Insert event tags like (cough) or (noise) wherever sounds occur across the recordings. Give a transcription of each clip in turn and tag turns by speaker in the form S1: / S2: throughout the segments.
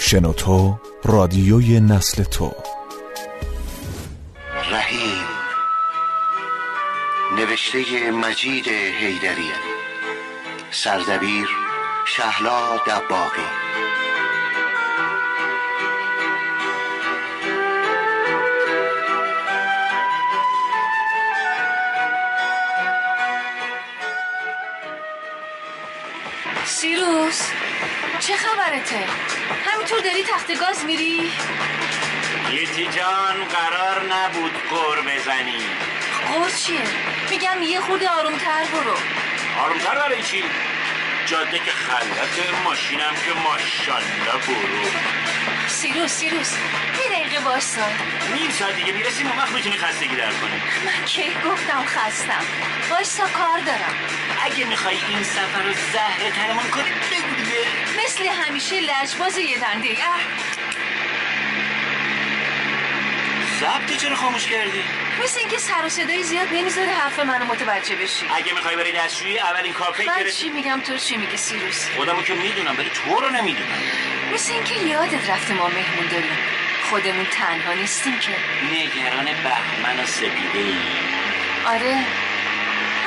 S1: شنوتو رادیوی نسل تو
S2: رحیم نوشته مجید حیدری سردبیر شهلا دباغی
S3: سیروس چه خبرته؟ همینطور داری تخت گاز میری؟
S4: گیتی جان قرار نبود گور بزنی
S3: قور چیه؟ میگم یه خورده آرومتر برو
S4: آرومتر برای چی؟ جاده که خلطه ماشینم که ماشالله برو
S3: سیروس سیروس یه دقیقه باستا
S4: نیم ساعت دیگه میرسیم اون وقت میتونی خستگی در کنی
S3: من کی گفتم خستم باستا کار دارم
S4: اگه میخوای این سفر رو زهره ترمون کنی بگو دیگه
S3: مثل همیشه لجباز یه دنده اه،
S4: ضبط چرا خاموش کردی؟
S3: مثل اینکه سر و صدای زیاد نمیذاره حرف منو متوجه بشی
S4: اگه میخوای بری دستشویی اولین کافه که
S3: من
S4: رسی-
S3: چی میگم تو چی میگی سیروس
S4: خودمو که میدونم ولی تو رو نمیدونم
S3: مثل اینکه یادت رفته ما مهمون داریم خودمون تنها نیستیم که
S4: نگران بهمن و سپیده ای
S3: آره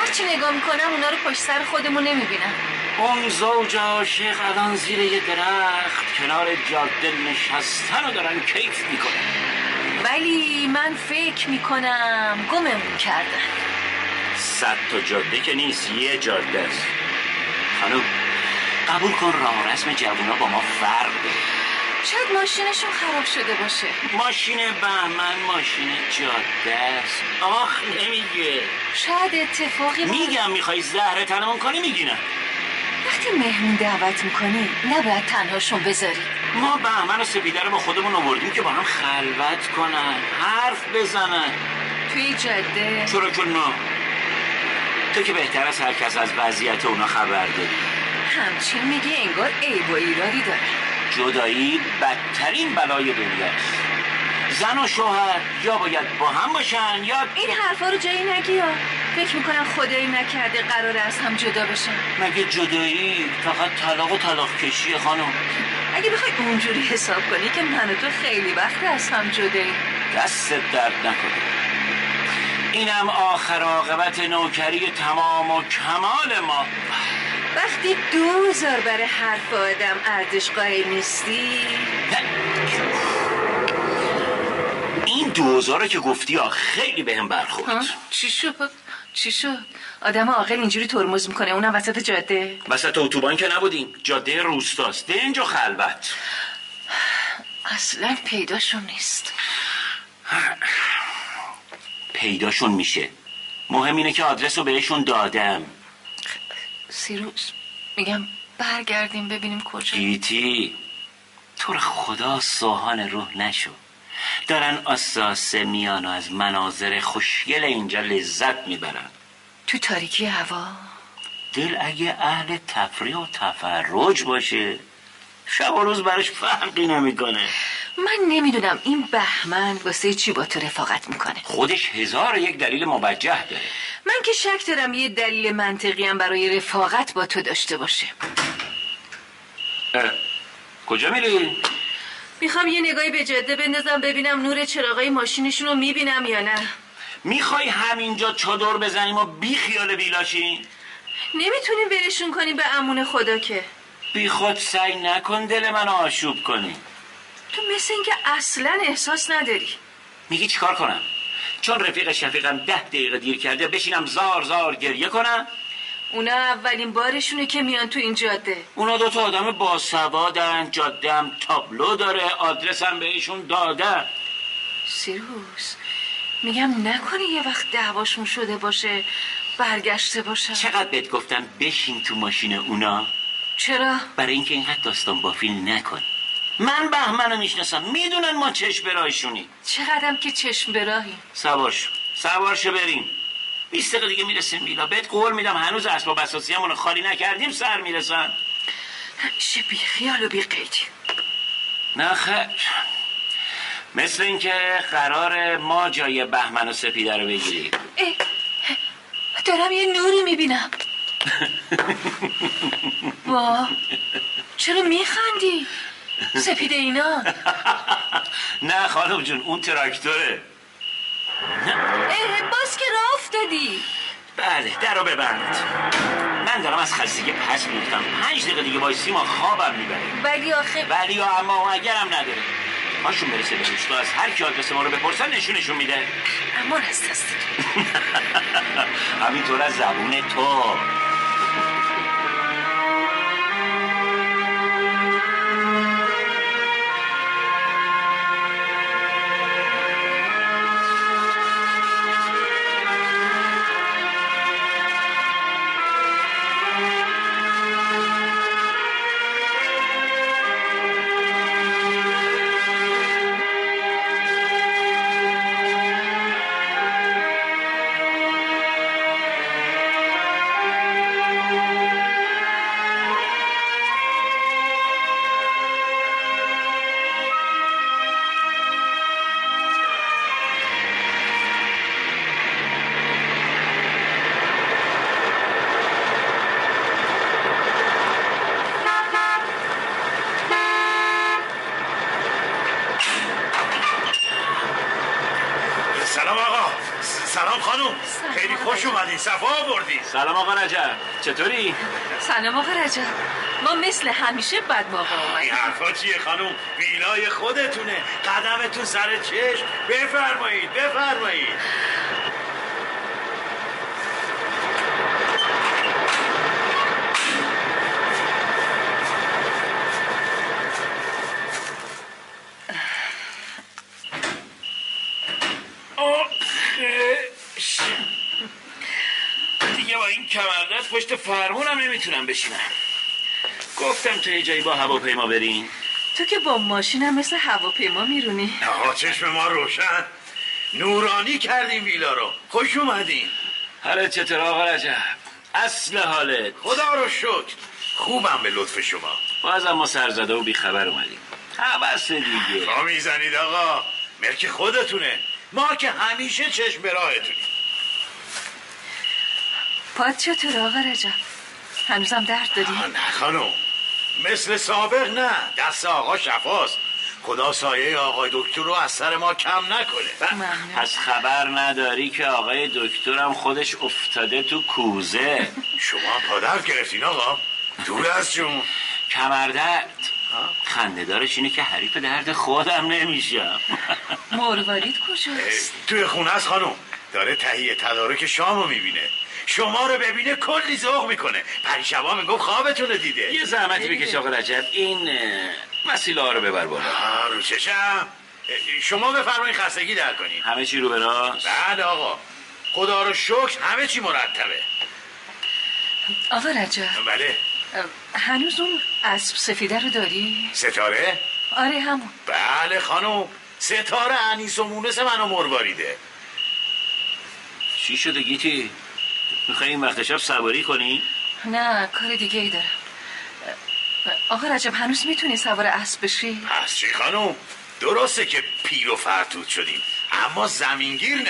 S3: هرچی نگاه میکنم اونا رو پشت سر خودمون نمیبینم
S4: اون زوج عاشق الان زیر یه درخت کنار جاده نشستن و دارن کیف میکنن
S3: ولی من فکر میکنم گممون کردن
S4: صد تا جاده که نیست یه جاده است خانم قبول کن راه و رسم جوونا با ما فرق داره
S3: شاید ماشینشون خراب شده باشه
S4: ماشین بهمن ماشین جاده است آخ نمیگه
S3: شاید اتفاقی بود.
S4: میگم میخوای زهره تنمون کنی میگی نه
S3: وقتی مهمون دعوت میکنی نباید تنهاشون بذاری
S4: ما بهمن و سپیده رو با خودمون آوردیم که با هم خلوت کنن حرف بزنن
S3: توی جاده
S4: چرا که نه تو که بهتر از هر کس از وضعیت اونا خبر داری
S3: همچین میگه انگار عیب و ایرادی داره
S4: جدایی بدترین بلای دنیاست زن و شوهر یا باید با هم باشن یا
S3: این حرفا رو جایی نگی یا فکر میکنم خدایی نکرده قرار از هم جدا بشن
S4: مگه جدایی فقط طلاق و طلاق کشیه خانم
S3: اگه بخوای اونجوری حساب کنی که من و تو خیلی وقت از هم جداییم
S4: دستت درد نکنه اینم آخر عاقبت نوکری تمام و کمال ما
S3: وقتی دوزار برای حرف آدم ارزش قائل نیستی
S4: نه. این دوزاره که گفتی آ، خیلی بهم
S3: ها؟
S4: برخورد
S3: چی شد؟ چی شد؟ آدم عاقل اینجوری ترمز میکنه اونم وسط جاده
S4: وسط اتوبان که نبودیم جاده روستاست دنج و خلوت
S3: اصلا پیداشون نیست
S4: پیداشون میشه مهم اینه که آدرس رو بهشون دادم
S3: سیروس میگم برگردیم ببینیم کجا
S4: گیتی تو رو خدا سوهان روح نشو دارن آساسه میان و از مناظر خوشگل اینجا لذت میبرن
S3: تو تاریکی هوا
S4: دل اگه اهل تفریح و تفرج باشه شب و روز براش فرقی نمیکنه
S3: من نمیدونم این بهمن واسه چی با تو رفاقت میکنه
S4: خودش هزار و یک دلیل موجه داره
S3: من که شک دارم یه دلیل منطقی هم برای رفاقت با تو داشته باشه
S4: اه، کجا میری؟
S3: میخوام یه نگاهی به جاده بندازم ببینم نور چراغای ماشینشون رو میبینم یا نه
S4: میخوای همینجا چادر بزنیم و بی خیال بیلاشی؟
S3: نمیتونیم برشون کنیم به امون خدا که
S4: بی خود سعی نکن دل من آشوب کنی
S3: تو مثل اینکه اصلا احساس نداری
S4: میگی چیکار کنم چون رفیق شفیقم ده دقیقه دیر کرده بشینم زار زار گریه کنم
S3: اونا اولین بارشونه که میان تو این جاده
S4: اونا دوتا آدم باسوادن جادم تابلو داره آدرسم بهشون دادم
S3: سیروس میگم نکنه یه وقت دعواشون شده باشه برگشته باشم
S4: چقدر بهت گفتم بشین تو ماشین اونا
S3: چرا؟
S4: برای اینکه اینقدر داستان بافیل نکن من بهمنو میشناسم میدونن ما چشم برایشونی
S3: چقدرم که چشم به راهیم
S4: سوار شو سوار شو بریم 20 دقیقه دیگه میرسیم ویلا بهت قول میدم هنوز اسباب اساسیمون رو خالی نکردیم سر میرسن
S3: همیشه بی خیال و بی قیدی
S4: نه خیر مثل اینکه قرار ما جای بهمن و سپیده رو بگیریم
S3: اه، دارم یه نوری میبینم وا چرا میخندی؟ سپید
S4: (laughs)
S3: اینا
S4: نه خانم جون اون تراکتوره
S3: اه، باز که راه افتادی
S4: بله در رو ببند من دارم از خستگی پس میفتم پنج دقیقه دیگه وایسی ما خوابم میبره
S3: ولی آخه
S4: ولی یا اما و اگرم نداره هاشون برسه به روستا از هر کی آدرس ما رو بپرسن نشونشون میده (laughs)
S3: امان هست هستی
S4: همینطور از زبون تو
S5: سلام آقا س- سلام خانم
S3: سلام.
S5: خیلی خوش اومدین صفا آوردین
S4: سلام آقا رجب چطوری؟
S3: سلام آقا رجب ما مثل همیشه بد موقع
S5: این
S3: آمدیم
S5: حرفا چیه خانم ویلای خودتونه قدمتون سر چشم بفرمایید بفرمایید
S4: آخش. دیگه با این کمردست پشت فرمونم نمیتونم بشینم گفتم تو یه جایی با هواپیما برین
S3: تو که با ماشینم مثل هواپیما میرونی
S5: آقا چشم ما روشن نورانی کردیم ویلا رو خوش اومدین
S4: حالت چطور آقا رجب اصل حالت
S5: خدا رو شکر خوبم به لطف شما
S4: بازم ما سرزده و بیخبر اومدیم حوث دیگه
S5: را میزنید آقا ملک خودتونه ما که همیشه چشم به راهتونیم
S3: پاد چطور آقا رجب هنوزم درد داری
S5: آه، نه خانم مثل سابق نه دست آقا شفاست خدا سایه آقای دکتر رو از سر ما کم نکنه
S3: ممنون.
S4: پس خبر نداری که آقای دکترم خودش افتاده تو کوزه
S5: شما هم پادر گرفتین آقا دور از جون
S4: کمردرد خنده دارش اینه که حریف درد خودم نمیشم
S3: مروارید
S5: اه،
S3: کجاست
S5: توی خونه است خانم داره تهیه تدارک شام رو میبینه شما رو ببینه کلی ذوق میکنه پریشبا میگفت خوابتون رو
S4: (laughs)
S5: دیده
S4: یه زحمتی بکش آقا رجب این اه، وسیله ها رو ببر بالا
S5: آه، رو چشم اه، شما بفرمایید خستگی در کنین
S4: همه چی رو به راست
S5: بعد آقا خدا رو شکر همه چی مرتبه
S3: آقا رجب
S5: بله
S3: هنوز اون اسب سفیده رو داری
S5: ستاره
S3: آره همون
S5: بله خانم ستاره انیس و مونس منو مرواریده
S4: چی شده گیتی میخوای این وقت شب سواری کنی
S3: نه کار دیگه ای دارم آقا رجب هنوز میتونی سوار اسب بشی
S5: پس چی خانم درسته که پیر و فرتوت شدیم اما زمینگیر نه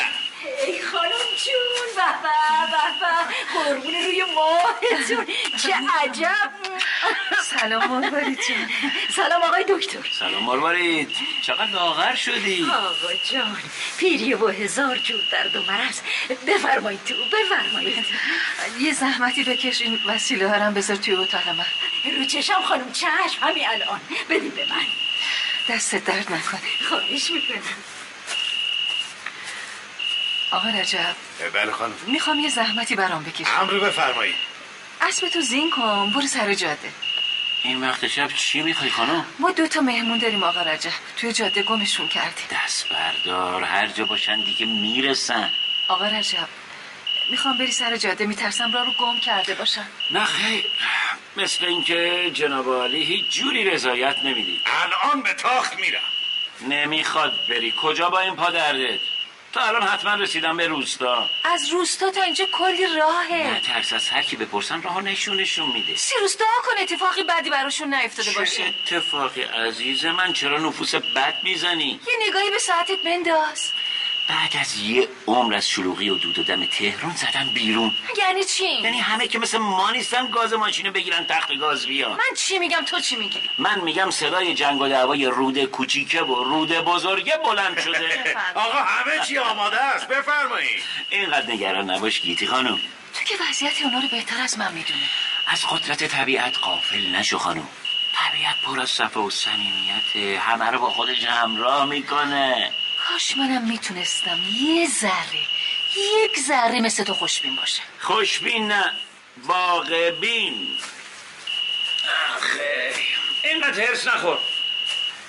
S6: ای خانم جون به به به به قربون روی ماهتون چه عجب
S3: سلام مروارید جان
S6: سلام آقای دکتر
S4: سلام مروارید چقدر لاغر شدی
S6: آقا جان پیری و هزار جور درد و مرز بفرمایید تو بفرمایید
S3: یه زحمتی بکش این وسیله ها رو هم بذار توی اتاق من
S6: رو چشم خانم چشم همین الان بدین به من
S3: دستت درد نکنه
S6: خواهش میکنم
S3: آقا رجب
S5: بله خانم
S3: میخوام یه زحمتی برام بکشی
S5: امر بفرمایید
S3: اسب تو زین کن برو سر جاده
S4: این وقت شب چی میخوای خانم
S3: ما دو تا مهمون داریم آقا رجب توی جاده گمشون کردیم
S4: دست بردار هر جا باشن دیگه میرسن
S3: آقا رجب میخوام بری سر جاده میترسم را رو گم کرده باشم
S4: نه خیر مثل اینکه جناب عالی هیچ جوری رضایت نمیدی
S5: الان به تاخت میرم
S4: نمیخواد بری کجا با این پا دردت تا الان حتما رسیدم به روستا
S3: از روستا تا اینجا کلی
S4: نه
S3: راهه
S4: ترس از هر کی بپرسم راه نشونشون میده
S3: سی روز دعا کن اتفاقی بعدی براشون نیفتاده
S4: چه
S3: باشه
S4: اتفاقی عزیز من چرا نفوس بد میزنی
S3: یه نگاهی به ساعتت بنداز
S4: بعد از یه عمر از شلوغی و دود و دم تهران زدن بیرون
S3: یعنی چی؟
S4: یعنی همه که مثل ما نیستن گاز ماشینو بگیرن تخت گاز بیان
S3: من چی میگم تو چی میگی؟
S4: من میگم صدای جنگ و دعوای رود کوچیکه و رود بزرگه بلند شده
S5: آقا همه چی آماده است بفرمایید
S4: اینقدر نگران نباش گیتی خانم
S3: تو که وضعیت اونا رو بهتر از من میدونی
S4: از قدرت طبیعت غافل نشو خانم طبیعت پر از صفا و صمیمیت همه رو با خودش همراه میکنه
S3: کاش منم میتونستم یه ذره یک ذره مثل تو خوشبین باشم
S4: خوشبین نه واقع بین آخه اینقدر هرس نخور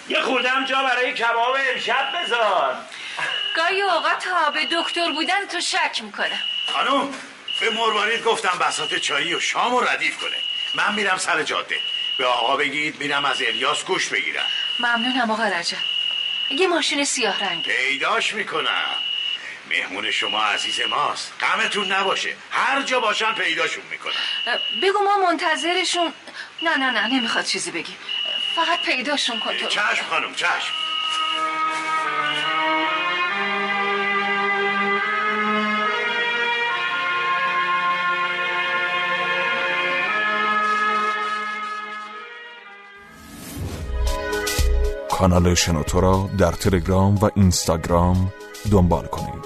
S4: یه خوردم جا برای کباب امشب بذار
S3: گاهی اوقات به دکتر بودن تو شک میکنم
S5: خانم به مروارید گفتم بساط چایی و شام رو ردیف کنه من میرم سر جاده به آقا بگید میرم از الیاس گوش بگیرم
S3: ممنونم آقا رجب یه ماشین سیاه رنگه
S5: پیداش میکنم مهمون شما عزیز ماست غمتون نباشه هر جا باشن پیداشون میکنم
S3: بگو ما منتظرشون نه نه نه نمیخواد چیزی بگی فقط پیداشون کن تو
S5: چشم خانم چشم
S1: کانال شنوتو را در تلگرام و اینستاگرام دنبال کنید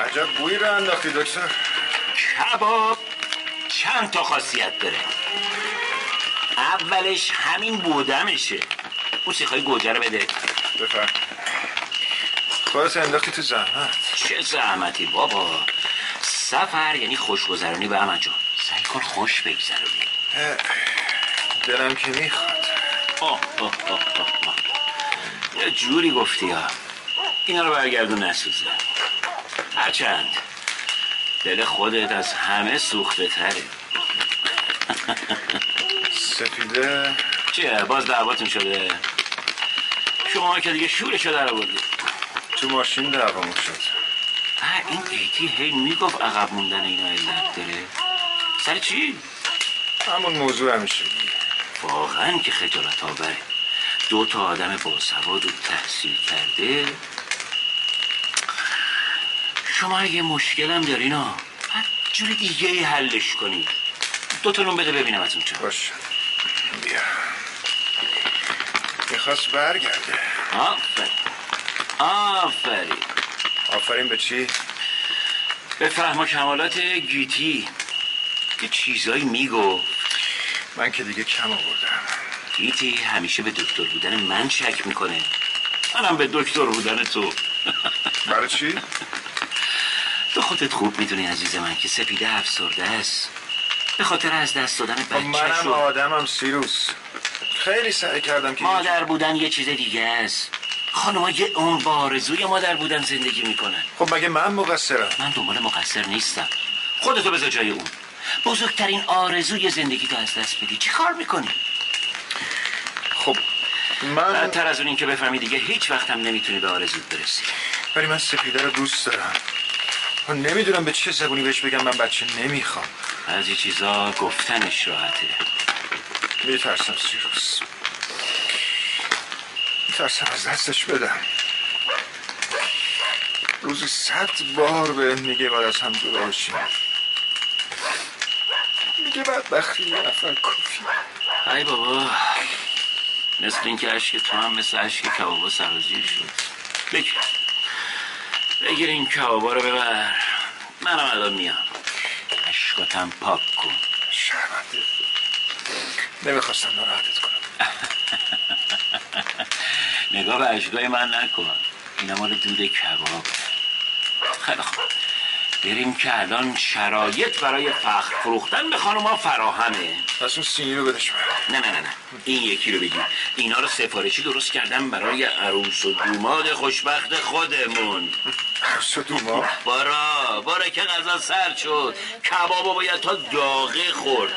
S7: عجب بویی را انداختی دکتر
S4: کباب چند تا خاصیت داره اولش همین بودمشه موسیقای گوجه رو بده
S7: بفرم خودت انداختی تو زحمت
S4: چه زحمتی بابا سفر یعنی خوشگذرانی به احمد جان سعی کن خوش بگذرونی
S7: دلم که میخواد
S4: آه آه آه آه آه. یه جوری گفتی ها اینا رو برگردون نسوزه هرچند دل خودت از همه سوخته تره
S7: سپیده
S4: چیه باز دعواتون شده شما که دیگه شورشو در آوردی
S7: تو ماشین دعوامون شد
S4: و این گیتی هی میگفت عقب موندن اینا علت داره سر چی؟
S7: همون موضوع همیشه
S4: واقعا که خجالت آوره دو تا آدم باسواد و تحصیل کرده شما اگه مشکلم دارین ها هر جور دیگه ای حلش کنید دو تا نون بده ببینم از اونجا
S7: باش بیا میخواست برگرده
S4: آفرین آفرین
S7: آفرین به چی؟
S4: به فهم و کمالات گیتی که چیزایی میگو
S7: من که دیگه کم آوردم
S4: گیتی همیشه به دکتر بودن من شک میکنه منم به دکتر بودن تو (laughs)
S7: برای چی؟
S4: تو خودت خوب میدونی عزیز من که سپیده افسرده است به خاطر از دست دادن
S7: خب منم
S4: بچه‌شو
S7: آدمم سیروس خیلی سعی کردم که یه
S4: مادر بودن یه چیز دیگه است خانم‌ها یه اون با آرزوی مادر بودن زندگی میکنن
S7: جور- خب مگه من مقصرم
S4: من دنبال مقصر نیستم خودتو بذار جای اون بزرگترین آرزوی زندگی تو از دست بدی چی کار میکنی؟
S7: خب من
S4: بدتر از اون این که بفهمی دیگه هیچ وقتم نمیتونی به آرزوت برسی
S7: ولی من سپیده رو دوست دارم نمیدونم به چه زبونی بهش بگم من بچه نمیخوام
S4: از این چیزا گفتنش راحته
S7: میترسم سیروس میترسم از دستش بدم روزی صد بار به میگه باید از هم جدا بشیم میگه بدبختی یه نفر کافی
S4: ای بابا مثل اینکه اشک تو هم مثل اشک کبابا سرازیر شد بگیر بگیر این کبابا رو ببر منم الان میام اشکاتم پاک کن
S7: شرمنده نمیخواستم ناراحتت کنم
S4: نگاه به اشکای من نکن اینا مال دود کباب خیلی خوب بریم که الان شرایط برای فخر فروختن به خانوما فراهمه
S7: از اون سینی رو بدش من
S4: نه نه نه نه این یکی رو بگیر اینا رو سفارشی درست کردم برای عروس و دوماد خوشبخت خودمون
S7: عروس و دوما
S4: بارا بارا که غذا سرد شد کبابو باید تا داغه خورد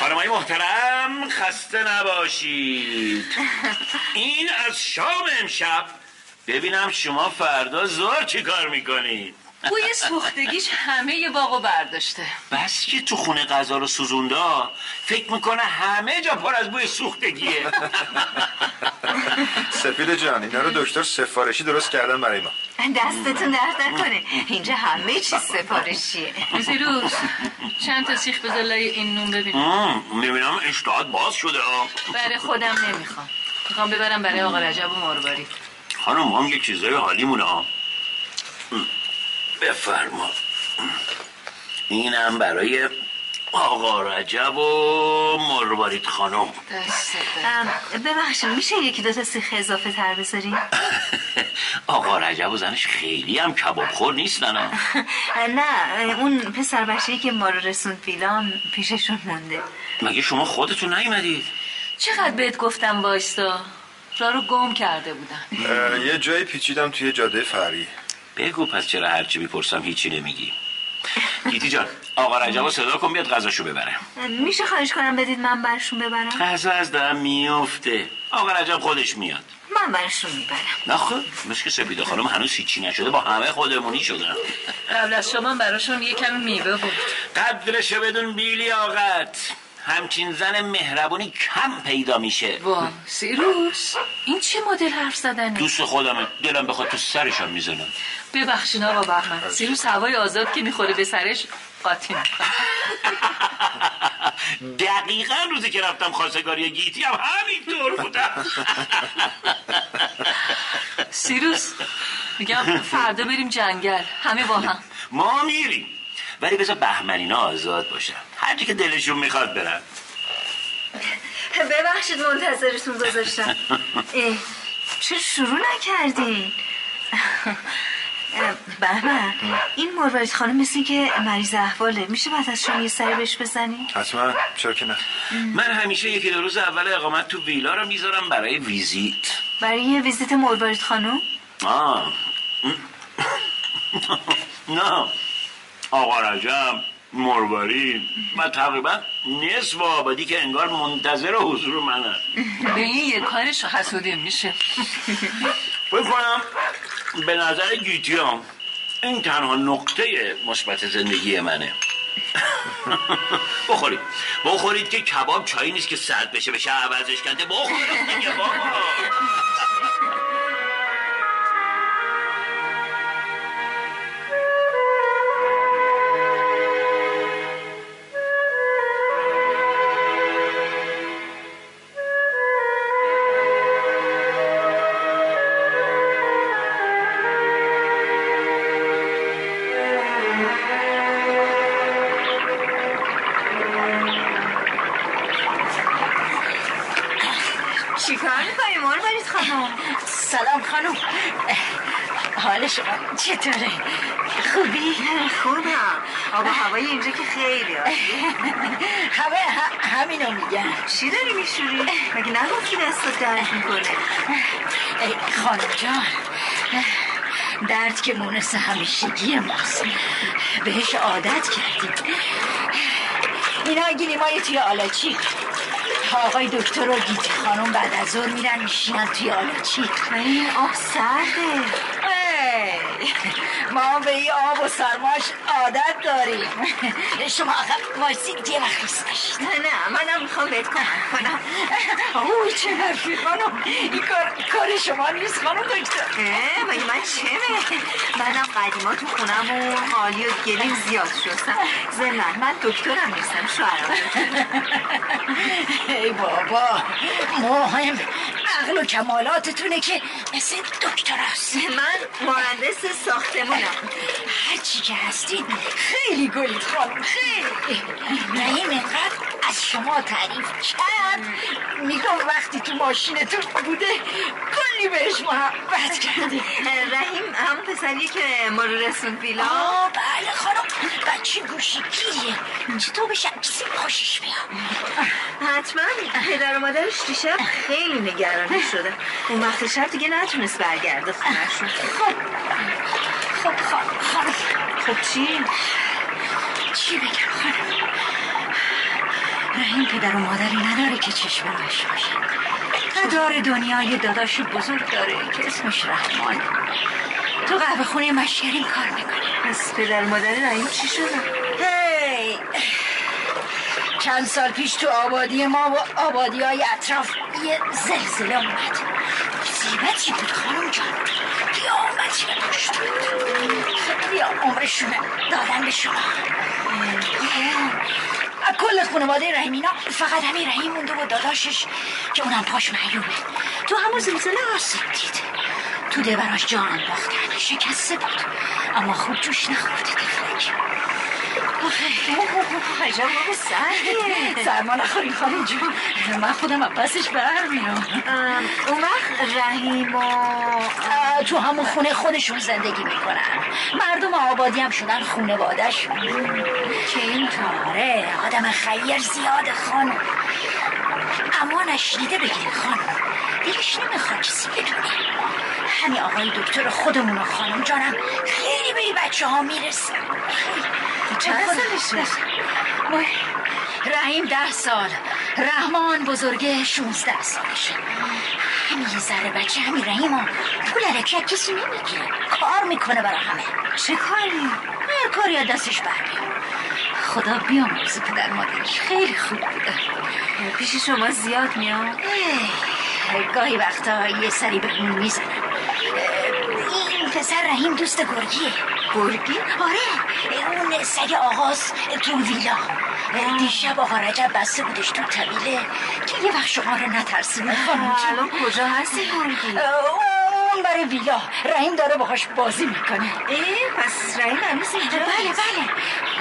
S4: خانمای محترم خسته نباشید این از شام امشب ببینم شما فردا زور چی کار میکنید
S3: بوی سوختگیش همه ی باغو برداشته
S4: بس که تو خونه غذا رو سوزوندا فکر میکنه همه جا پر از بوی سوختگیه (laughs)
S7: سپید جان اینا رو دکتر سفارشی درست کردن برای ما
S6: دستتون درد نکنه اینجا همه چیز سفارشیه
S3: فیروز چند تا سیخ بذار لای این نون ببینم
S4: مم، میبینم اشتهات باز شده ها.
S3: برای خودم نمیخوام میخوام ببرم برای آقا رجب و مارواری
S4: خانم ما هم یه چیزای حالیمونه ها مم، بفرما اینم برای آقا رجب و مروارید خانم
S3: دست
S6: ببخشید میشه یکی دوتا سیخ اضافه تر بذاریم
S4: آقا رجب و زنش خیلی هم کباب خور نیستن ها.
S6: (laughs) نه اون پسر بچه‌ای که ما رو رسوند بیلان پیششون مونده
S4: مگه شما خودتون نیومدید
S3: چقدر بهت گفتم وایستا را رو گم کرده بودم
S7: اه، یه جایی پیچیدم توی جاده فرعی
S4: بگو پس چرا هرچی میپرسم هیچی نمیگی گیتی جان آقا رجب رو صدا کن بیاد غذاشو ببره
S6: میشه خواهش کنم بدید من برشون ببرم
S4: غذا از دم میفته آقا رجب خودش میاد
S6: من برشون میبرم
S4: نخه مثل خب، که سپیده خانم هنوز هیچی نشده با همه خودمونی شدن
S3: قبل از شما براشون یه کمی میوه بود
S4: قدرشو بدون بیلیاقت همچین زن مهربونی کم پیدا میشه
S3: وا سیروس این چه مدل حرف زدنه
S4: دوست خودمه دلم بخواد تو سرشم (laughs) میزنم
S3: ببخشین آقا بهمن سیروس هوای آزاد که میخوره به سرش قاطی میکنه
S4: دقیقا روزی که رفتم خواستگاری گیتی هم همینطور (laughs) بودم
S3: سیروس میگم فردا بریم جنگل همه با هم
S4: ما میریم ولی بذار بهمنینا آزاد باشن هر جا که دلشون میخواد برن
S6: (laughs) ببخشید منتظرتون گذاشتم (laughs) اه، چرا شروع نکردین (laughs) اه، بهمن این مروارید خانم مثل که مریض احواله میشه بعد از شما یه سری بهش بزنی؟
S7: حتما چرا که نه
S4: من همیشه یکی دو روز اول اقامت تو ویلا رو میذارم برای ویزیت
S6: برای یه ویزیت مروارید خانم؟
S4: آه (laughs) نه آقا رجب مروارید و تقریبا نصف آبادی که انگار منتظر حضور منن
S3: به این یه کارش حسودیم میشه
S4: فکر کنم به نظر گیتی هم این تنها نقطه مثبت زندگی منه (laughs) بخورید بخورید که کباب چایی نیست که سرد بشه بشه عوضش کنده بخورید دیگه بابا
S6: چیکار میکنی مروارید خانم؟
S8: سلام خانم حال شما چطوره؟ خوبی؟
S6: خوبم آب و هوای اینجا که خیلی عالیه.
S8: همه ه- همینو میگن
S6: چی داری میشوری؟ مگه نگفتی دستت درد میکنه؟
S8: ای خانم جان درد که مونس همیشگی ماست بهش عادت کردیم اینا گلیمای توی آلاچی آقای دکتر و گیتی خانم بعد از ظهر میرن میشینن توی آلاچی
S6: این آب سرده
S8: ای، ما به این آب و سرماش عادت داریم شما آخر وایسید یه وقت نیستش
S6: نه نه منم میخوام بهت کمک کنم
S8: اوه چه حرفی خانم این کار, کار شما نیست خانم دکتر
S6: اه، مگه من چمه منم قدیما تو خونم و قالی و گلیم زیاد شستم زمنان من دکترم نیستم شوهرم
S8: ای بابا مهم عقل و کمالاتتونه که مثل دکتر هست
S6: من مهندس ساختمونم
S8: هرچی که هستید خیلی گلید خانم خیلی نعیم اینقدر از شما تعریف کرد میگم وقتی تو ماشینتون بوده کلی بهش محبت کردی
S6: اه، رحیم همون پسریه که ما رو رسوند بیلا
S8: آه بله خانم بچه گوشیگیریه چطور بشه کسی خوشش بیاد
S6: حتما پدر و مادرش دیشب خیلی نگرانش شدن اون وقت شب دیگه نتونست برگرده خونهشون
S8: خب خب خانم خانم
S6: خب چی؟
S8: چی بگم خانم رحیم پدر و مادری نداره که چشم راهش باشن نداره دنیا یه داداش بزرگ داره که اسمش رحمان تو قهوه خونه مشکرین کار میکنه
S6: پس پدر و مادر رحیم چی شدن
S8: هی چند سال پیش تو آبادی ما و آبادی های اطراف یه زلزله اومد زیبتی بود خانم جان قیامتی به پشت بود خیلی عمرشونه دادن به شما اه، کل خانواده رحیمینا فقط همین رحیم مونده و داداشش که اونم پاش معیوبه تو همون زلزله آسیب دید تو دبراش جان باخته شکسته بود اما خوب جوش نخورده تفلک
S6: عجب بابا سردیه
S8: سرما نخوریم خانم جون من خودم از پسش برمیام
S6: ام، اون وقت رحیم و
S8: آه، تو همون خونه خودشون زندگی میکنن مردم آبادی هم شدن خونوادهشون که این کاره آدم خیر زیاد خانم اما نشنیده بگیر خانم دلش نمیخواد کسی بدونه همین آقای دکتر خودمون و خانم جانم خیلی به این بچه ها میرسه
S6: چند سالشه؟
S8: رحیم ده سال رحمان بزرگه 16 سالشه همین یه ذره بچه همین رحیم و پول علکی کسی نمیگیره کار میکنه برای همه
S6: چه کاری؟
S8: هر کاری از دستش برمیاد خدا بیامرزه پدر مادرش خیلی خوب بوده
S6: پیش شما زیاد میاد
S8: ای، گاهی وقتا یه سری به اون میزنم این پسر رحیم دوست گرگیه گرگی؟ آره اون سگ آغاز تو ویلا دیشب آقا رجب بسته بودش تو طویله که یه وقت شما رو نترسونه خانم جون.
S6: الان کجا هستی گرگی؟
S8: اه، اون برای ویلا رحیم داره باهاش بازی میکنه
S6: ای پس رحیم هنوز اینجا
S8: بله
S6: نیست.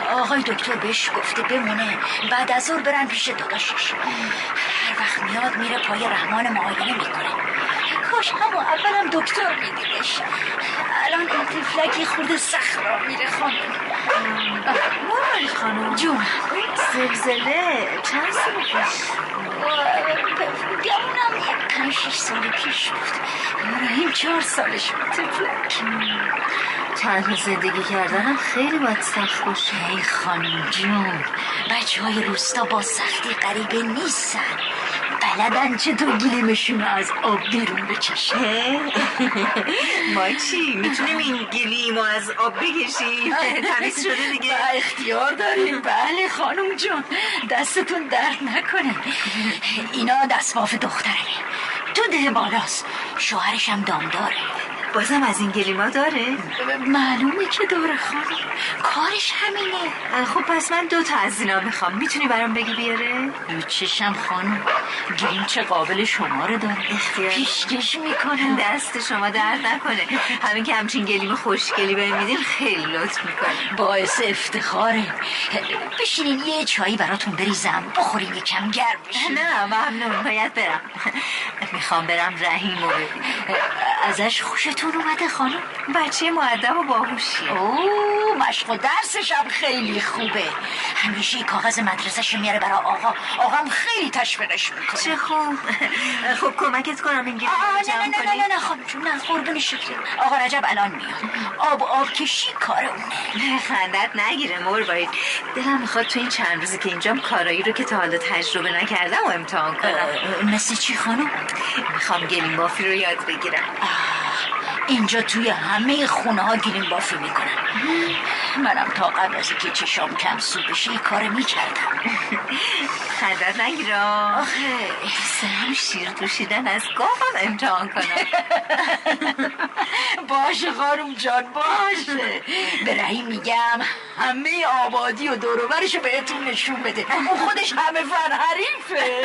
S8: بله آقای دکتر بهش گفته بمونه بعد از ظهر برن پیش داداشش هر وقت میاد میره پای رحمان معاینه میکنه کاش همون اولم دکتر میدیدش الان این تفلکی خورده سخت را میره خانم
S6: مورمالی خانم
S8: جون
S6: زلزله چند سال پیش
S8: بیامونم یه پنج شیش سال پیش بود رحیم چهار سالش بود تفلک
S6: تنها زندگی کردن هم خیلی باید سخت باشه
S8: ای خانم جون بچه های روستا با سختی غریبه نیستن بلدن چطور گلیمشون رو از آب بیرون بچشن
S6: ما چی؟ میتونیم این گلیم رو از آب بکشیم تمیز شده دیگه
S8: با اختیار داریم بله خانم جون دستتون درد نکنه اینا دستباف دخترمه تو ده بالاست شوهرشم دامداره
S6: بازم از این گلیما داره؟
S8: معلومه که داره خانم کارش همینه
S6: خب پس من دوتا از اینا میخوام میتونی برام بگی بیاره؟
S8: چشم خانم گلیم چه قابل شما رو داره
S6: اختیار.
S8: پیشکش میکنه
S6: دست شما درد نکنه همین که همچین گلیم خوشگلی بهم میدین خیلی لطف میکنه
S8: باعث افتخاره بشینین یه چایی براتون بریزم بخورین یکم گرم بشین
S6: نه ممنون باید برم میخوام برم رحیم رو ببینم
S8: ازش خوشتون اومده خانم
S6: بچه معدب و باهوشیه
S8: اوه مشق و درسش هم خیلی خوبه همیشه کاغذ مدرسهش میاره برای آقا آقام خیلی تشویقش میکنه
S6: چه خوب خب کمکت کنم این گلیم
S8: آه
S6: رو
S8: نه نه
S6: جمع
S8: نه
S6: کنی
S8: نه نه نه خانم جون نه قربون شکلی آقا رجب الان میاد آب و آب کشی کار اونه
S6: خندت نگیره موربایی دلم میخواد تو این چند روزی که اینجام کارایی رو که تا حالا تجربه نکردم و امتحان کنم
S8: اه، مثل چی خانم
S6: میخوام گلیم بافی رو یاد بگیرم
S8: اینجا توی همه خونه ها گلیم بافی میکنن منم تا قبل از که چشام کم سو بشه یه کار میکردم
S6: خندت نگیرم آخه سرم شیر دوشیدن از گاوم امتحان کنم
S8: (laughs) باشه خانم جان باشه به رحیم میگم همه آبادی و دوروبرشو بهتون نشون بده اون خودش همه فن حریفه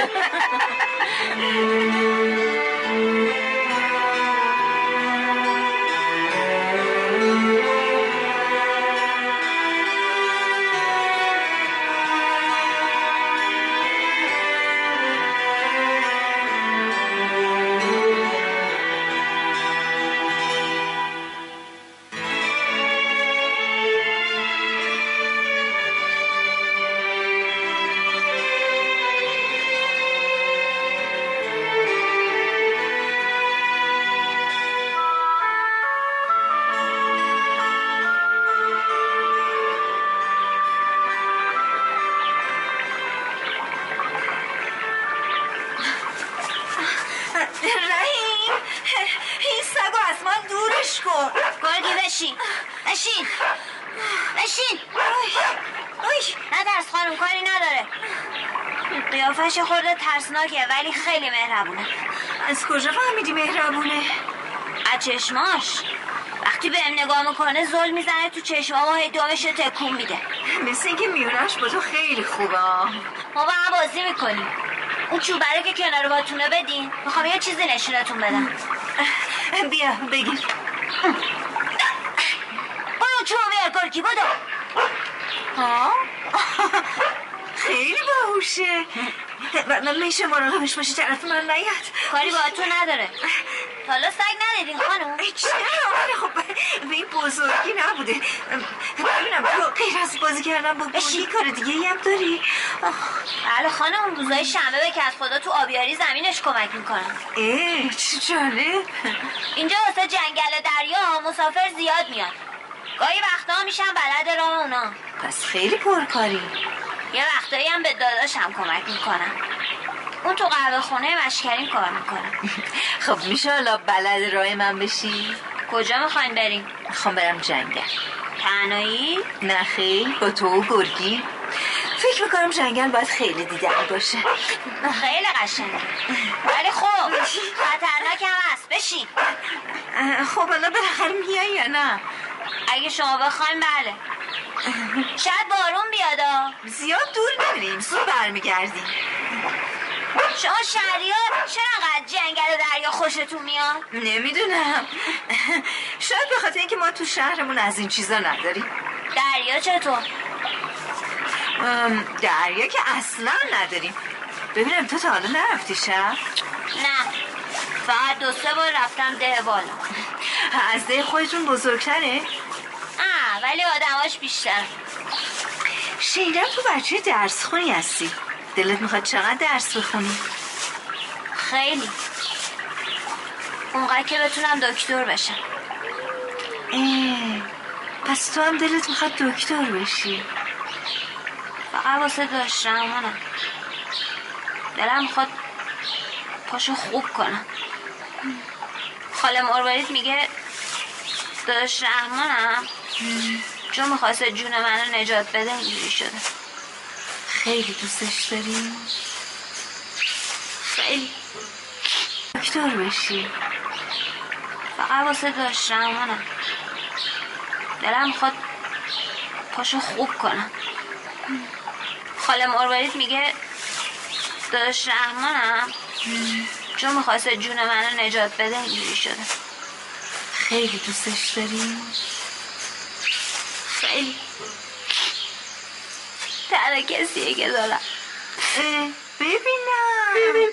S9: بشین اوی نه ترس خانم کاری نداره قیافش خورده ترسناکه ولی خیلی مهربونه
S6: از کجا فهمیدی مهربونه
S9: از چشماش وقتی به نگاه میکنه زل میزنه تو چشمام و هی دمش رو تکون میده
S6: مثل اینکه میونش با تو خیلی خوبه
S9: ما با هم بازی میکنیم اون چوبره که کنار باتونه بدین میخوام یه چیزی نشونتون بدم
S6: بیا بگیر
S9: برو چوب بیار گرگی بدو
S6: ها خیلی باهوشه و- و میشه مراقبش باشی طرف من نیاد
S9: کاری با تو نداره تا حالا سگ ندیدین خانم
S6: چرا آره خب به این بزرگی نبوده ببینم تو غیر از بازی کردن با گرگی کار دیگه ای هم داری آه،
S9: بله خانم اون روزای شنبه به که از خدا تو آبیاری زمینش کمک میکنم
S6: اه چه جالب
S9: اینجا واسه جنگل دریا مسافر زیاد میاد گاهی وقتا میشم بلد راه اونا
S6: پس خیلی پرکاری
S9: یه وقتایی هم به داداشم کمک میکنم اون تو قهوه خونه مشکرین کار میکنه
S6: خب میشه حالا بلد راه من بشی
S9: کجا میخواین بریم
S6: میخوام برم جنگل
S9: تنهایی
S6: نه خیلی با تو و گرگی فکر میکنم جنگل باید خیلی دیدن باشه
S9: خیلی قشنگه ولی خب خطرناک هم هست بشین
S6: اه، خب حالا بالاخره میای یا نه
S9: اگه شما بخواین بله شاید بارون بیادا
S6: زیاد دور نمیریم زود برمیگردیم
S9: شما شهری ها چرا انقدر جنگل و دریا خوشتون میاد
S6: نمیدونم شاید به خاطر اینکه ما تو شهرمون از این چیزا نداریم
S9: دریا چطور
S6: ام، دریا که اصلا نداریم ببینم تو تا حالا نرفتی شهر
S9: نه فقط دو سه بار رفتم ده بالا
S6: از ده خودتون بزرگتره
S9: آه ولی آدماش بیشتر
S6: شیرم تو بچه درس خونی هستی دلت میخواد چقدر درس بخونی
S9: خیلی اونقدر که بتونم دکتر بشم
S6: اه، پس تو هم دلت میخواد دکتر بشی
S9: فقط واسه داشتمونم دلم میخواد پاشو خوب کنم خاله مروارید میگه داداش رحمانم چون میخواسته جون منو نجات بده اینجوری شده
S6: خیلی دوستش داری
S9: خیلی
S6: دکتر بشی
S9: فقط واسه داشت رحمانم دلم میخواد پاشو خوب کنم خاله مروارید میگه داداش رحمانم چون میخواسته جون منو نجات بده اینجوری شده
S6: خیلی دوستش داری
S9: خیلی تنها کسیه که دارم
S6: اه، ببینم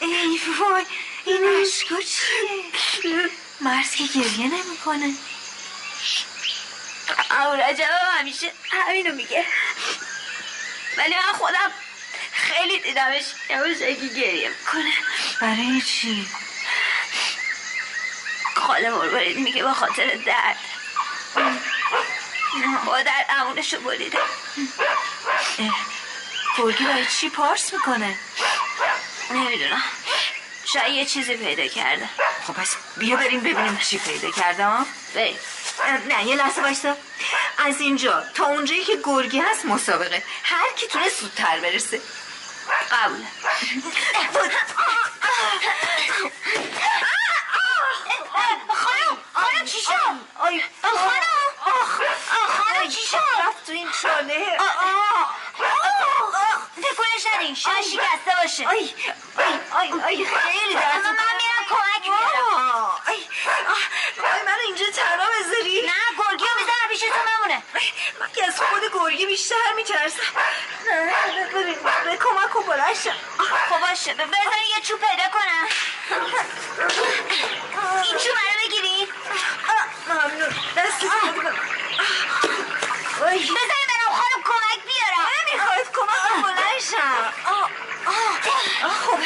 S6: ای وای این عشقا چیه مرز که گریه نمیکنه
S9: او رجبم همیشه همینو میگه ولی من خودم خیلی دیدمش یواشکی گریه میکنه
S6: برای چی
S9: خاله مربارید میگه به خاطر درد با درد امونشو بریده
S6: اه، گرگی برای چی پارس میکنه
S9: نمیدونم شاید یه چیزی پیدا کرده
S6: خب پس بیا بریم ببینیم چی پیدا کرده ها؟
S9: بریم
S6: اه، نه یه لحظه وایسا از اینجا تا اونجایی که گرگی هست مسابقه هر کی تونه زودتر برسه
S9: قبوله خانم خانم چی شد
S6: آی
S9: خانم
S6: آخ
S9: خانم چی شد
S6: رفت تو این چاله
S9: تکونش ندین شاید شکسته باشه
S6: آی آی آی آی خیلی درد
S9: اما من میرم کمک میارم
S6: آه، آی آه، آی، منو اینجا تنها بذاری
S9: نه گرگی رو بزن پیش تو بمونه
S6: من که از خود گرگی بیشتر میترسم نه نه، ببین به کمک و بلنشم
S9: خب باشه ب- بذاری یه چوب پیدا کنم این چوب رو بگیرید
S6: ممنون دست آی
S9: بذاری برام خانم کمک بیارم
S6: نمیخواد کمک و بلنشم آه، آه، آه، خب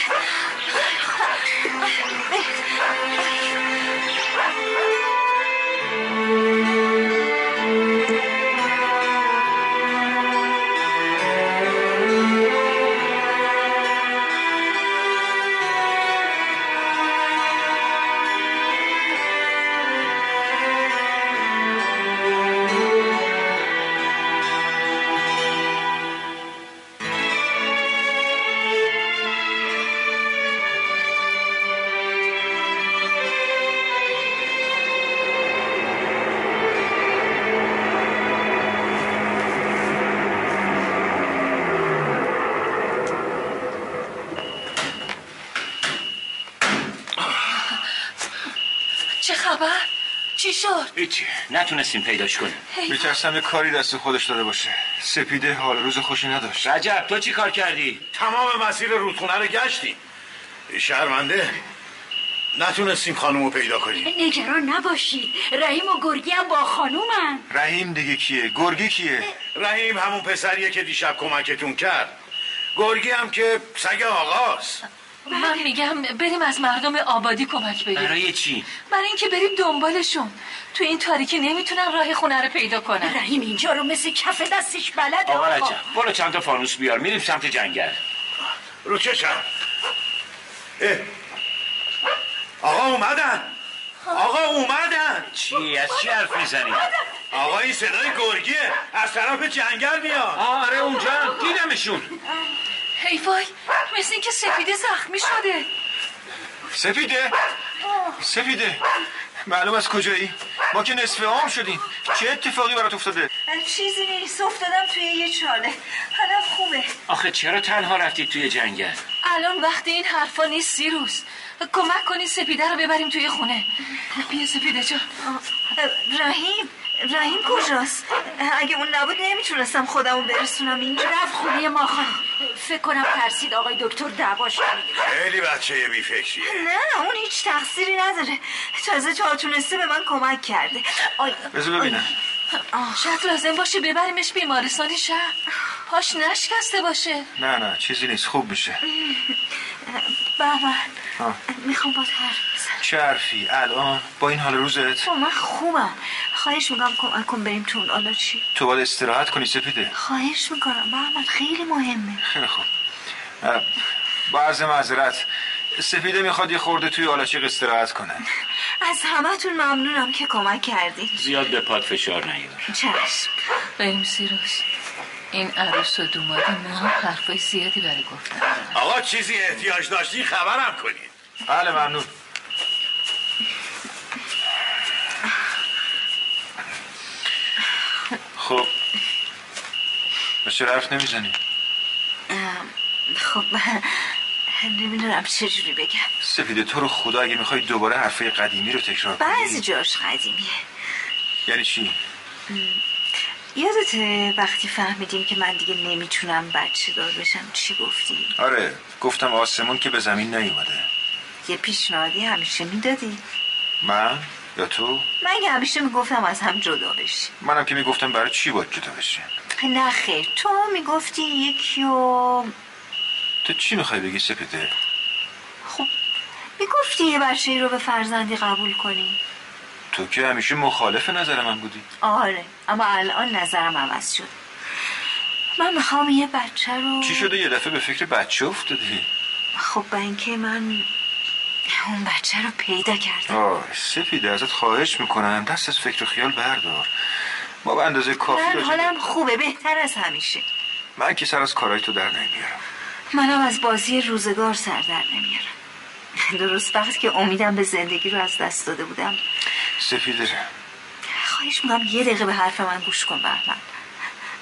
S9: شد
S4: هیچی نتونستیم پیداش کنیم
S7: میترسم یه کاری دست خودش داده باشه سپیده حال روز خوشی نداشت
S4: رجب تو چی کار کردی؟
S5: تمام مسیر رودخونه رو گشتیم شرمنده نتونستیم خانومو پیدا کنیم
S8: نگران نباشید رحیم و گرگی هم با خانومن
S7: رحیم دیگه کیه گرگی کیه
S5: رحیم همون پسریه که دیشب کمکتون کرد گرگی هم که سگ آقاست
S3: من میگم بریم از مردم آبادی کمک بگیریم
S4: برای چی؟
S3: برای اینکه بریم دنبالشون تو این تاریکی نمیتونن راه خونه رو پیدا کنن
S8: رحیم اینجا رو مثل کف دستش بلد
S4: آقا رجب برو چند تا فانوس بیار میریم سمت جنگل
S5: رو چشم اه. آقا اومدن آقا اومدن
S4: چی؟ از چی حرف میزنی؟
S5: آقا این صدای گرگیه از طرف جنگل میاد
S4: آره اونجا دیدمشون
S3: هی وای مثل اینکه سفیده زخمی شده
S7: سپیده سپیده معلوم از کجایی ما که نصف عام شدیم چه اتفاقی برات افتاده
S6: چیزی نیست افتادم توی یه چاله حالا خوبه
S4: آخه چرا تنها رفتی توی جنگل؟
S3: الان وقت این حرفا نیست سیروس کمک کنی سپیده رو ببریم توی خونه بیا سپیده جان
S6: اه، رحیم رحیم کجاست اه، اگه اون نبود نمیتونستم خودمو برسونم اینجا
S8: رفت خونه ما خانم فکر کنم ترسید آقای دکتر دعواش کنه
S5: خیلی بچه بی فکریه
S6: نه اون هیچ تقصیری نداره تازه تا تونسته به من کمک کرده آی
S7: بذار ببینم
S3: شاید لازم باشه ببریمش بیمارستان شهر پاش نشکسته باشه
S7: نه نه چیزی نیست خوب میشه
S6: بهمن
S7: آه.
S6: میخوام با حرف بزنم
S7: چه حرفی الان با این حال روزت
S6: با من خوبم خواهش میکنم کمک کن بریم تو اون آلاچی
S7: تو باید استراحت کنی سپیده
S6: خواهش میکنم بهمن خیلی مهمه
S7: خیلی خوب اه، با عرض معذرت سپیده میخواد یه خورده توی آلاچیق استراحت کنه
S6: از همهتون ممنونم که کمک کردین
S4: زیاد به پات فشار نیار
S6: چشم
S3: بریم سیروس این عروس و دوماد ما حرفای زیادی برای گفتن دارن.
S5: آقا چیزی احتیاج داشتی خبرم کنید
S7: بله ممنون خب پس چرا حرف نمیزنی
S6: ام، خب نمیدونم چجوری بگم
S7: سپیده تو رو خدا اگه میخوای دوباره حرفه قدیمی رو تکرار کنی
S6: بعضی جاش قدیمیه
S7: یعنی چی
S6: یادته وقتی فهمیدیم که من دیگه نمیتونم بچه دار بشم چی گفتی؟
S7: آره گفتم آسمون که به زمین نیومده
S6: یه پیشنهادی همیشه میدادی
S7: من یا تو
S6: من که همیشه میگفتم از هم جدا بشی
S7: منم که میگفتم برای چی باید جدا بشی
S6: نه خیر تو میگفتی یکی و
S7: تو چی میخوای بگی سپیده
S6: خب میگفتی یه بچه ای رو به فرزندی قبول کنی
S7: تو که همیشه مخالف نظر من بودی
S6: آره اما الان نظرم عوض شد من میخوام یه بچه رو
S7: چی شده یه دفعه به فکر بچه افتادی
S6: خب با اینکه من اون بچه رو پیدا کردم
S7: آه سپیده ازت خواهش میکنم دست از فکر و خیال بردار ما به اندازه کافی
S6: من
S7: راجع به-
S6: حالم خوبه بهتر از همیشه
S7: من که سر از کارهای تو در نمیارم
S6: منم از بازی روزگار سر در نمیارم درست وقت که امیدم به زندگی رو از دست داده بودم
S7: سپیده
S6: خواهش میکنم یه دقیقه به حرف من گوش کن بهمن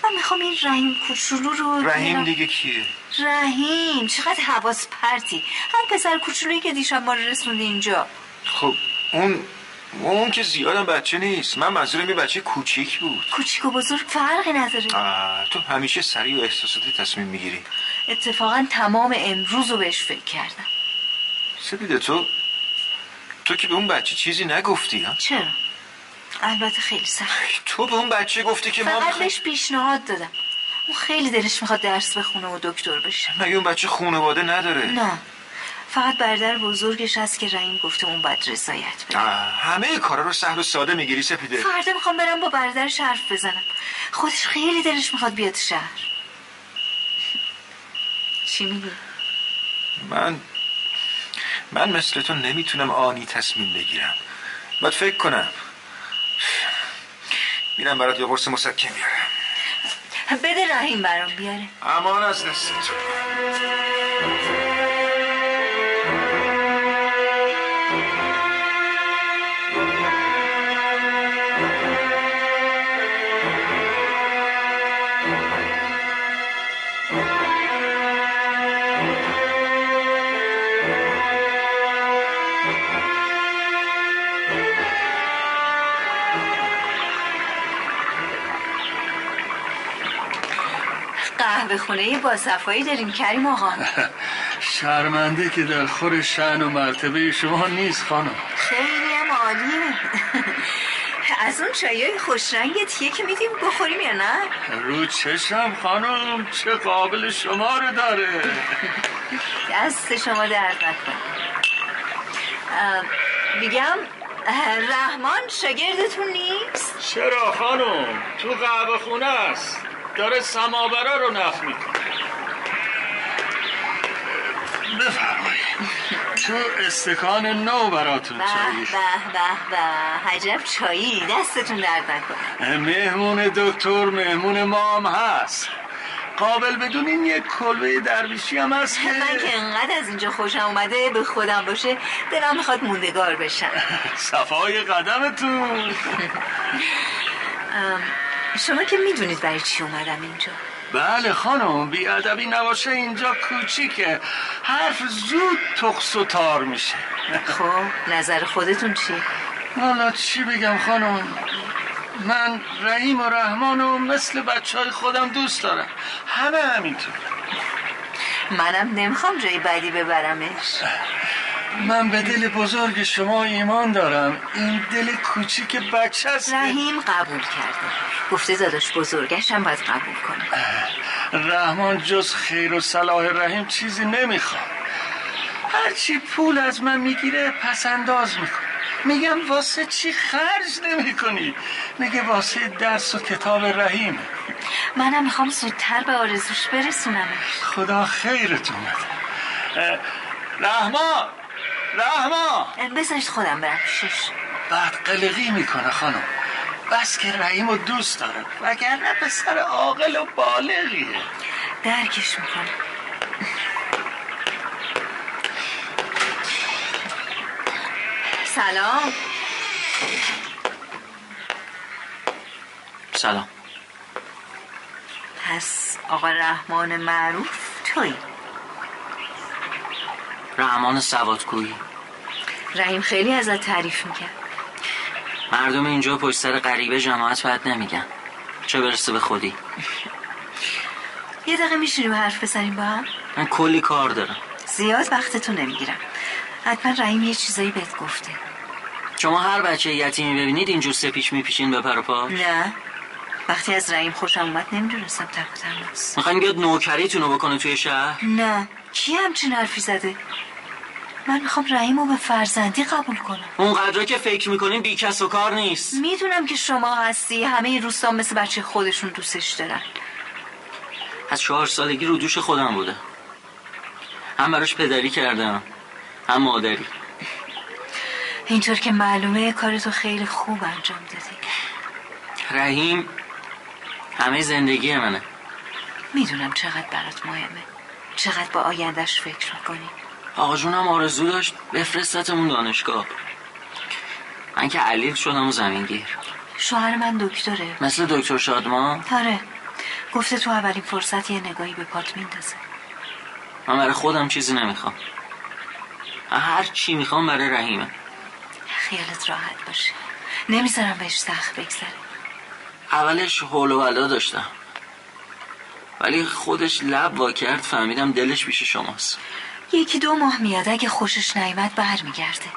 S6: من میخوام این رحیم کوچولو رو
S7: رحیم
S6: بیارم.
S7: دیگه کیه
S6: رحیم چقدر حواس پرتی هم پسر کوچولویی که دیشب ما رو رسوند اینجا
S7: خب اون اون که زیادم بچه نیست من منظورم یه بچه کوچیک بود
S6: کوچیک و بزرگ فرقی نداره
S7: آه، تو همیشه سریع و احساساتی تصمیم میگیری
S6: اتفاقا تمام امروز رو بهش فکر کردم
S7: سپیده تو تو که به اون بچه چیزی نگفتی ها؟
S6: چرا البته خیلی سخت
S7: تو به اون بچه گفتی که ما
S6: فقط
S7: می‌خوایم-
S6: بهش پیشنهاد دادم اون خیلی دلش میخواد درس بخونه و دکتر بشه
S7: مگه اون بچه خونواده نداره
S6: نه فقط برادر بزرگش هست که رحیم گفته اون باید رضایت بده
S7: آه، همه کارا رو سهل و ساده میگیری سپیده
S6: فردا میخوام برم با برادرش حرف بزنم خودش خیلی دلش میخواد بیاد شهر (laughs) چی میگی؟
S7: من من مثل تو نمیتونم آنی تصمیم بگیرم باید فکر کنم میرم برات یه قرص مسکن میارم
S6: بده رحیم برام بیاره
S7: امان از دست تو
S6: قهوه خونه با صفایی داریم کریم آقا (laughs)
S10: شرمنده که در خور شن و مرتبه شما نیست خانم
S6: خیلی هم عالیه (laughs) از اون چایی خوش رنگ تیه که میدیم بخوریم یا نه
S10: رو چشم خانم چه قابل شما رو داره
S6: دست شما درد نکن ام، میگم اه، رحمان شاگردتون نیست
S10: چرا خانم تو قهوه خونه است داره سماورا رو نف میکنه بفرمایید تو استکان نو براتون
S6: به
S10: چایی
S6: به به به عجب چایی دستتون درد نکنه
S10: مهمون دکتر مهمون ما هم هست قابل بدونین یک کلبه درویشی هم هست که
S6: من که انقدر از اینجا خوشم اومده به خودم باشه دلم میخواد موندگار بشم
S10: صفای قدمتون
S6: ام، شما که میدونید برای چی اومدم اینجا
S10: بله خانم بیادبی نباشه اینجا کوچیکه حرف زود تقص و تار میشه
S6: خب نظر خودتون چی؟
S10: حالا چی بگم خانم من رحیم و رحمان و مثل بچه های خودم دوست دارم همه همینطور
S6: منم نمیخوام جای بدی ببرمش
S10: من به دل بزرگ شما ایمان دارم این دل کوچیک بچه است که-
S6: رحیم قبول کرده گفته داداش بزرگش هم باید قبول کنه
S10: رحمان جز خیر و صلاح رحیم چیزی نمیخوام هرچی پول از من میگیره پس انداز میکنه میگم واسه چی خرج نمیکنی میگه واسه درس و کتاب رحیم
S6: منم میخوام زودتر به آرزوش برسونمش
S10: خدا خیرتون بده اه، رحمان رحمان
S6: بذارید خودم برم پیشش
S10: بعد قلقی میکنه خانم بس که رحیم رو دوست داره وگرنه پسر عاقل و بالغیه
S6: درکش میکنم سلام
S4: سلام
S6: پس آقا رحمان معروف توی
S4: رحمان سوادکویی
S6: رحیم خیلی ازت تعریف میکرد
S11: مردم اینجا پشت سر غریبه جماعت بد نمیگن چه برسه به خودی
S6: یه دقیقه میشینیم حرف بزنیم با هم
S11: من کلی کار دارم
S6: زیاد وقتتو نمیگیرم حتما رحیم یه چیزایی بهت گفته
S11: شما هر بچه یتیمی ببینید اینجور سپیچ میپیشین به پر و پا
S6: نه وقتی از رحیم خوشم اومد نمیدونستم تک و تنهاست.
S11: میخواین بیاد نوکریتون رو بکنه توی شهر
S6: نه کی همچین حرفی زده من میخوام رحیم رو به فرزندی قبول کنم
S11: اونقدر که فکر میکنین بی کس و کار نیست
S6: میدونم که شما هستی همه این روستا مثل بچه خودشون دوستش دارن
S11: از چهار سالگی رو دوش خودم بوده هم براش پدری کردم هم مادری
S6: اینطور که معلومه کارتو خیلی خوب انجام دادی
S11: رحیم همه زندگی منه
S6: میدونم چقدر برات مهمه چقدر با آیندهش فکر میکنی
S11: آقا جونم آرزو داشت بفرستتمون دانشگاه من که علیل شدم و زمینگیر
S6: شوهر من دکتره
S11: مثل دکتر شادمان
S6: آره گفته تو اولین فرصت یه نگاهی به پات میندازه
S11: من برای خودم چیزی نمیخوام هر چی میخوام برای رحیمه
S6: خیالت راحت باشه نمیذارم بهش سخت بگذره
S11: اولش حول و بلا داشتم ولی خودش لب وا کرد فهمیدم دلش پیش شماست
S6: یکی دو ماه میاد اگه خوشش نیامد برمیگرده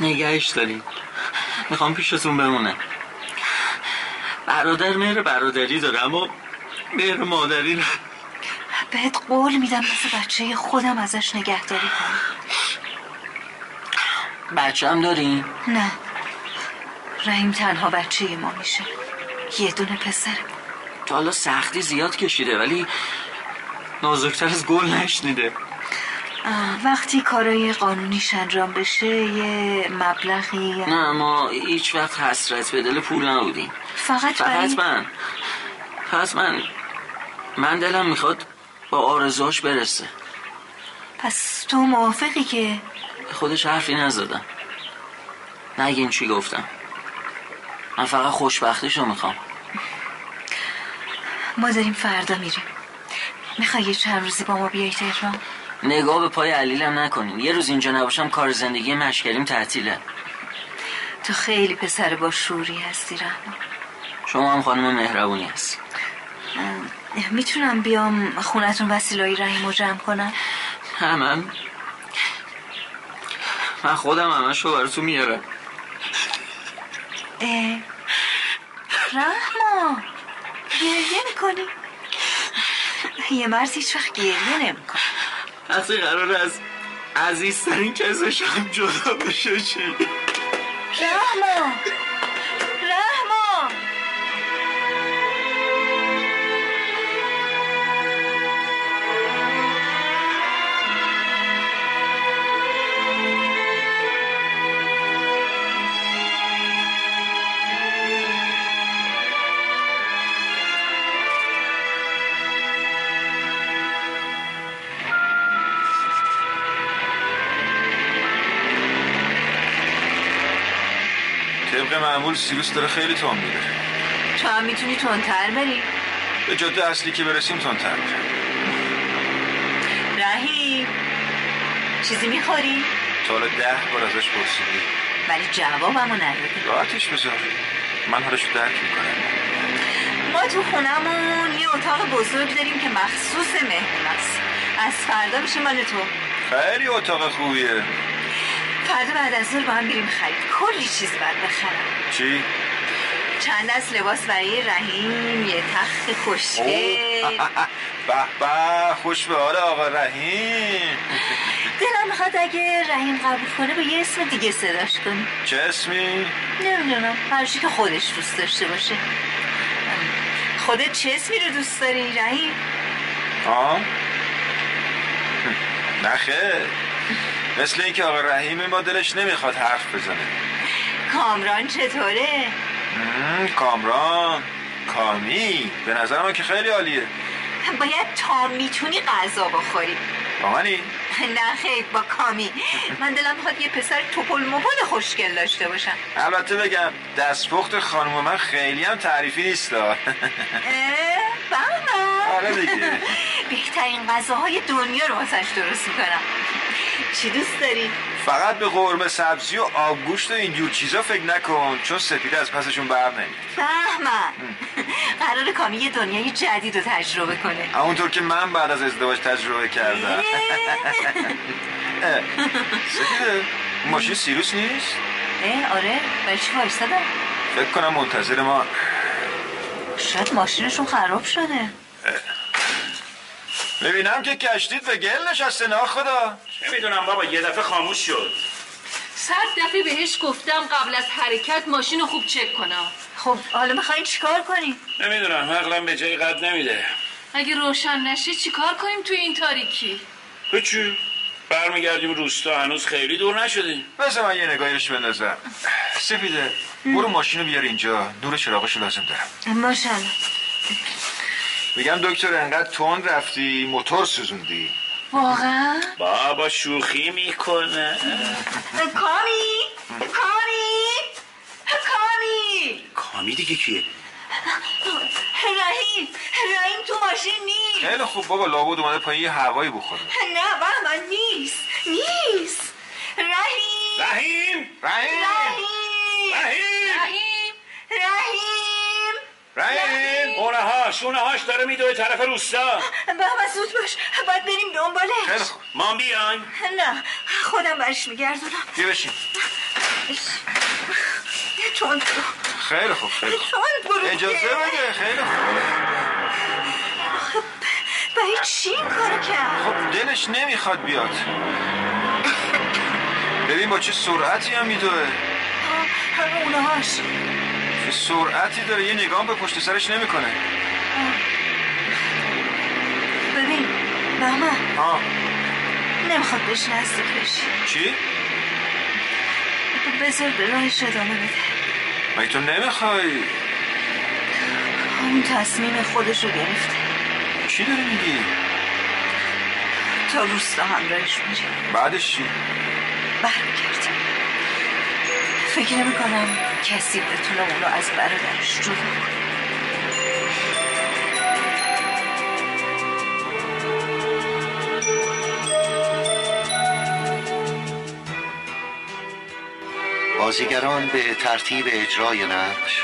S11: نگهش داریم میخوام پیشتون بمونه برادر مهر برادری داره اما مهر مادری نه.
S6: بهت قول میدم مثل بچه خودم ازش نگهداری کنم
S11: بچه هم داریم
S6: نه رحیم تنها بچه ما میشه یه دونه پسر
S11: تا حالا سختی زیاد کشیده ولی نازکتر از گل نشنیده
S6: آه، وقتی کارای قانونیش انجام بشه یه مبلغی
S11: نه ما هیچ وقت حسرت به دل پول نبودیم
S6: فقط برای
S11: فقط من فقط من من دلم میخواد با آرزوش برسه
S6: پس تو موافقی که
S11: به خودش حرفی نزدم نگین چی گفتم من فقط خوشبختیشو میخوام
S6: ما داریم فردا میریم میخوای یه چند روزی با ما بیای تهران
S11: نگاه به پای علیلم نکنین یه روز اینجا نباشم کار زندگی مشکلیم تعطیله
S6: تو خیلی پسر با شوری هستی رحمان
S11: شما هم خانم مهربونی هست
S6: اه، میتونم بیام خونتون وسیلای رحیم رو جمع کنم
S11: همم من خودم همش رو براتون میارم
S6: اه، رحمان گریه میکنی یه مرد هیچ وقت گریه نمیکنه
S11: وقتی قرار از عزیزترین کسش هم جدا بشه چی؟
S6: رحمان رحمان
S7: طبق معمول سیروس داره خیلی تون میره
S6: تو هم میتونی تندتر بری
S7: به جاده اصلی که برسیم تندتر میشه
S6: رحیم چیزی میخوری؟
S7: تا حالا ده بار ازش پرسیدی
S6: ولی جوابمو ندادی
S7: راحتش بذار من حالش رو درک میکنم
S6: ما تو خونمون یه اتاق بزرگ داریم که مخصوص مهمون است از فردا میشه مال تو
S7: خیلی اتاق خوبیه
S6: فردا بعد از ظهر با هم بریم خرید کلی چیز باید بخرم
S7: چی؟
S6: چند از لباس برای رحیم یه تخت
S7: اوه.
S6: خوشگل
S7: (laughs) به به خوش به حال آقا رحیم
S6: دلم میخواد اگه رحیم قبول کنه با یه اسم دیگه صداش کنی
S7: چه اسمی؟
S6: نمیدونم هرچی که خودش دوست داشته باشه خودت چه اسمی رو دوست داری رحیم
S7: آه (laughs) نه خیر مثل اینکه آقا رحیم ما دلش نمیخواد حرف بزنه
S6: کامران چطوره
S7: مم، کامران کامی به نظر من که خیلی عالیه
S6: باید تا میتونی غذا بخوری
S7: با منی
S6: نه خیر با کامی من دلم میخواد یه پسر توپل مپل خوشگل داشته باشم
S7: البته بگم دستپخت خانم من خیلی هم تعریفی نیست
S6: اه، بابا
S7: آره دیگه.
S6: بهترین غذاهای دنیا رو واسش درست میکنم چی دوست داری؟
S7: (laughs) فقط به قرمه سبزی و آبگوشت و اینجور چیزا فکر نکن چون سپیده از پسشون بر نمیاد
S6: فهمم قرار کامی یه دنیای جدید رو تجربه کنه
S7: همونطور که من بعد از ازدواج تجربه کردم (laughs) اه، سپیده اون ماشین سیروس نیست
S6: اه آره برای چی وایستادم
S7: فکر کنم منتظر ما
S6: شاید ماشینشون خراب شده
S7: ببینم که کشتید به گل نشسته ناخدا
S4: نمیدونم بابا یه دفعه خاموش شد
S12: صد دفعه بهش گفتم قبل از حرکت ماشین رو خوب چک کنم
S6: خب حالا میخواین چیکار کنی؟
S4: نمیدونم عقلم به جای قد نمیده
S12: اگه روشن نشه چیکار کنیم تو این تاریکی
S4: هیچی برمیگردیم روستا هنوز خیلی دور نشدیم
S7: بذار من یه نگاهش بندازم سپیده برو ماشین رو بیار اینجا نور چراغش رو لازم دارم
S6: ماشالله
S7: میگم دکتر انقدر تون رفتی موتور سوزوندی
S6: واقعا؟
S4: بابا شوخی میکنه
S6: کامی کامی کامی
S4: کامی دیگه کیه
S6: رحیم رحیم تو ماشین نیست
S7: خیلی خوب بابا لابد اومده پایین یه هوایی بخوره
S6: نه بابا نیست نیست رحیم
S7: رحیم رحیم
S6: رحیم
S12: رحیم
S6: رحیم
S7: رحیم
S4: اونه هاش اونه هاش داره میدوه آره، طرف روستا
S6: بابا زود باش باید بریم دنبالش
S4: ما بیان
S6: نه خودم برش میگردونم
S7: بیا بشین
S6: چون
S7: خیلی خوب خیلی خوب
S6: چون برو
S7: اجازه بده خیلی خوب
S6: برای چی این کارو کرد
S7: خب دلش نمیخواد بیاد ببین با چه سرعتی هم میدوه
S6: همه اونهاش
S7: چه سرعتی داره یه نگاه به پشت سرش نمیکنه
S6: ببین بابا
S7: آه
S6: نمیخواد بهش نزدیک بشی
S7: چی؟
S6: بذار به راهش ادامه بده
S7: مگه تو نمیخوای
S6: اون تصمیم خودش رو گرفته
S7: چی داری میگی؟
S6: تا روستا همراهش میشه
S7: بعدش چی؟
S6: برمیگرد فکر نمی کنم کسی بتونه اونو از برادرش جدا کنه
S2: بازیگران به ترتیب اجرای نقش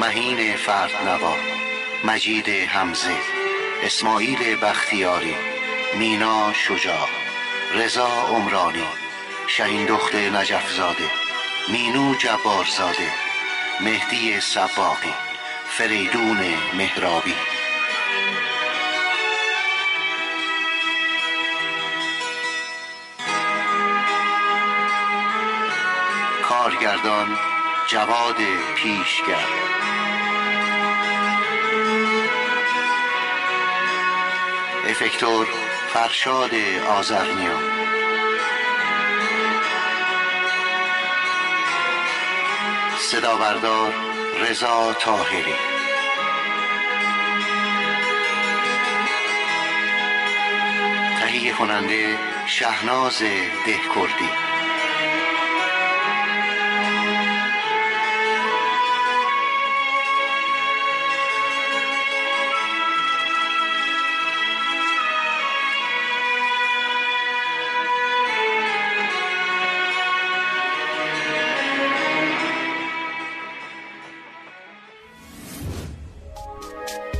S2: مهین فردنوا مجید حمزه اسماعیل بختیاری مینا شجاع رضا عمرانی شهین دخت نجفزاده مینو جبارزاده مهدی سباقی فریدون مهرابی کارگردان جواد پیشگر افکتور فرشاد آزرنیا صدابردار رضا تاهری تهیه کننده شهناز دهکردی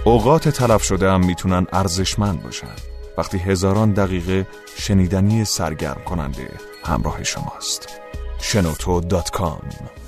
S1: اوقات تلف شده هم میتونن ارزشمند باشن وقتی هزاران دقیقه شنیدنی سرگرم کننده همراه شماست شنوتو دات کام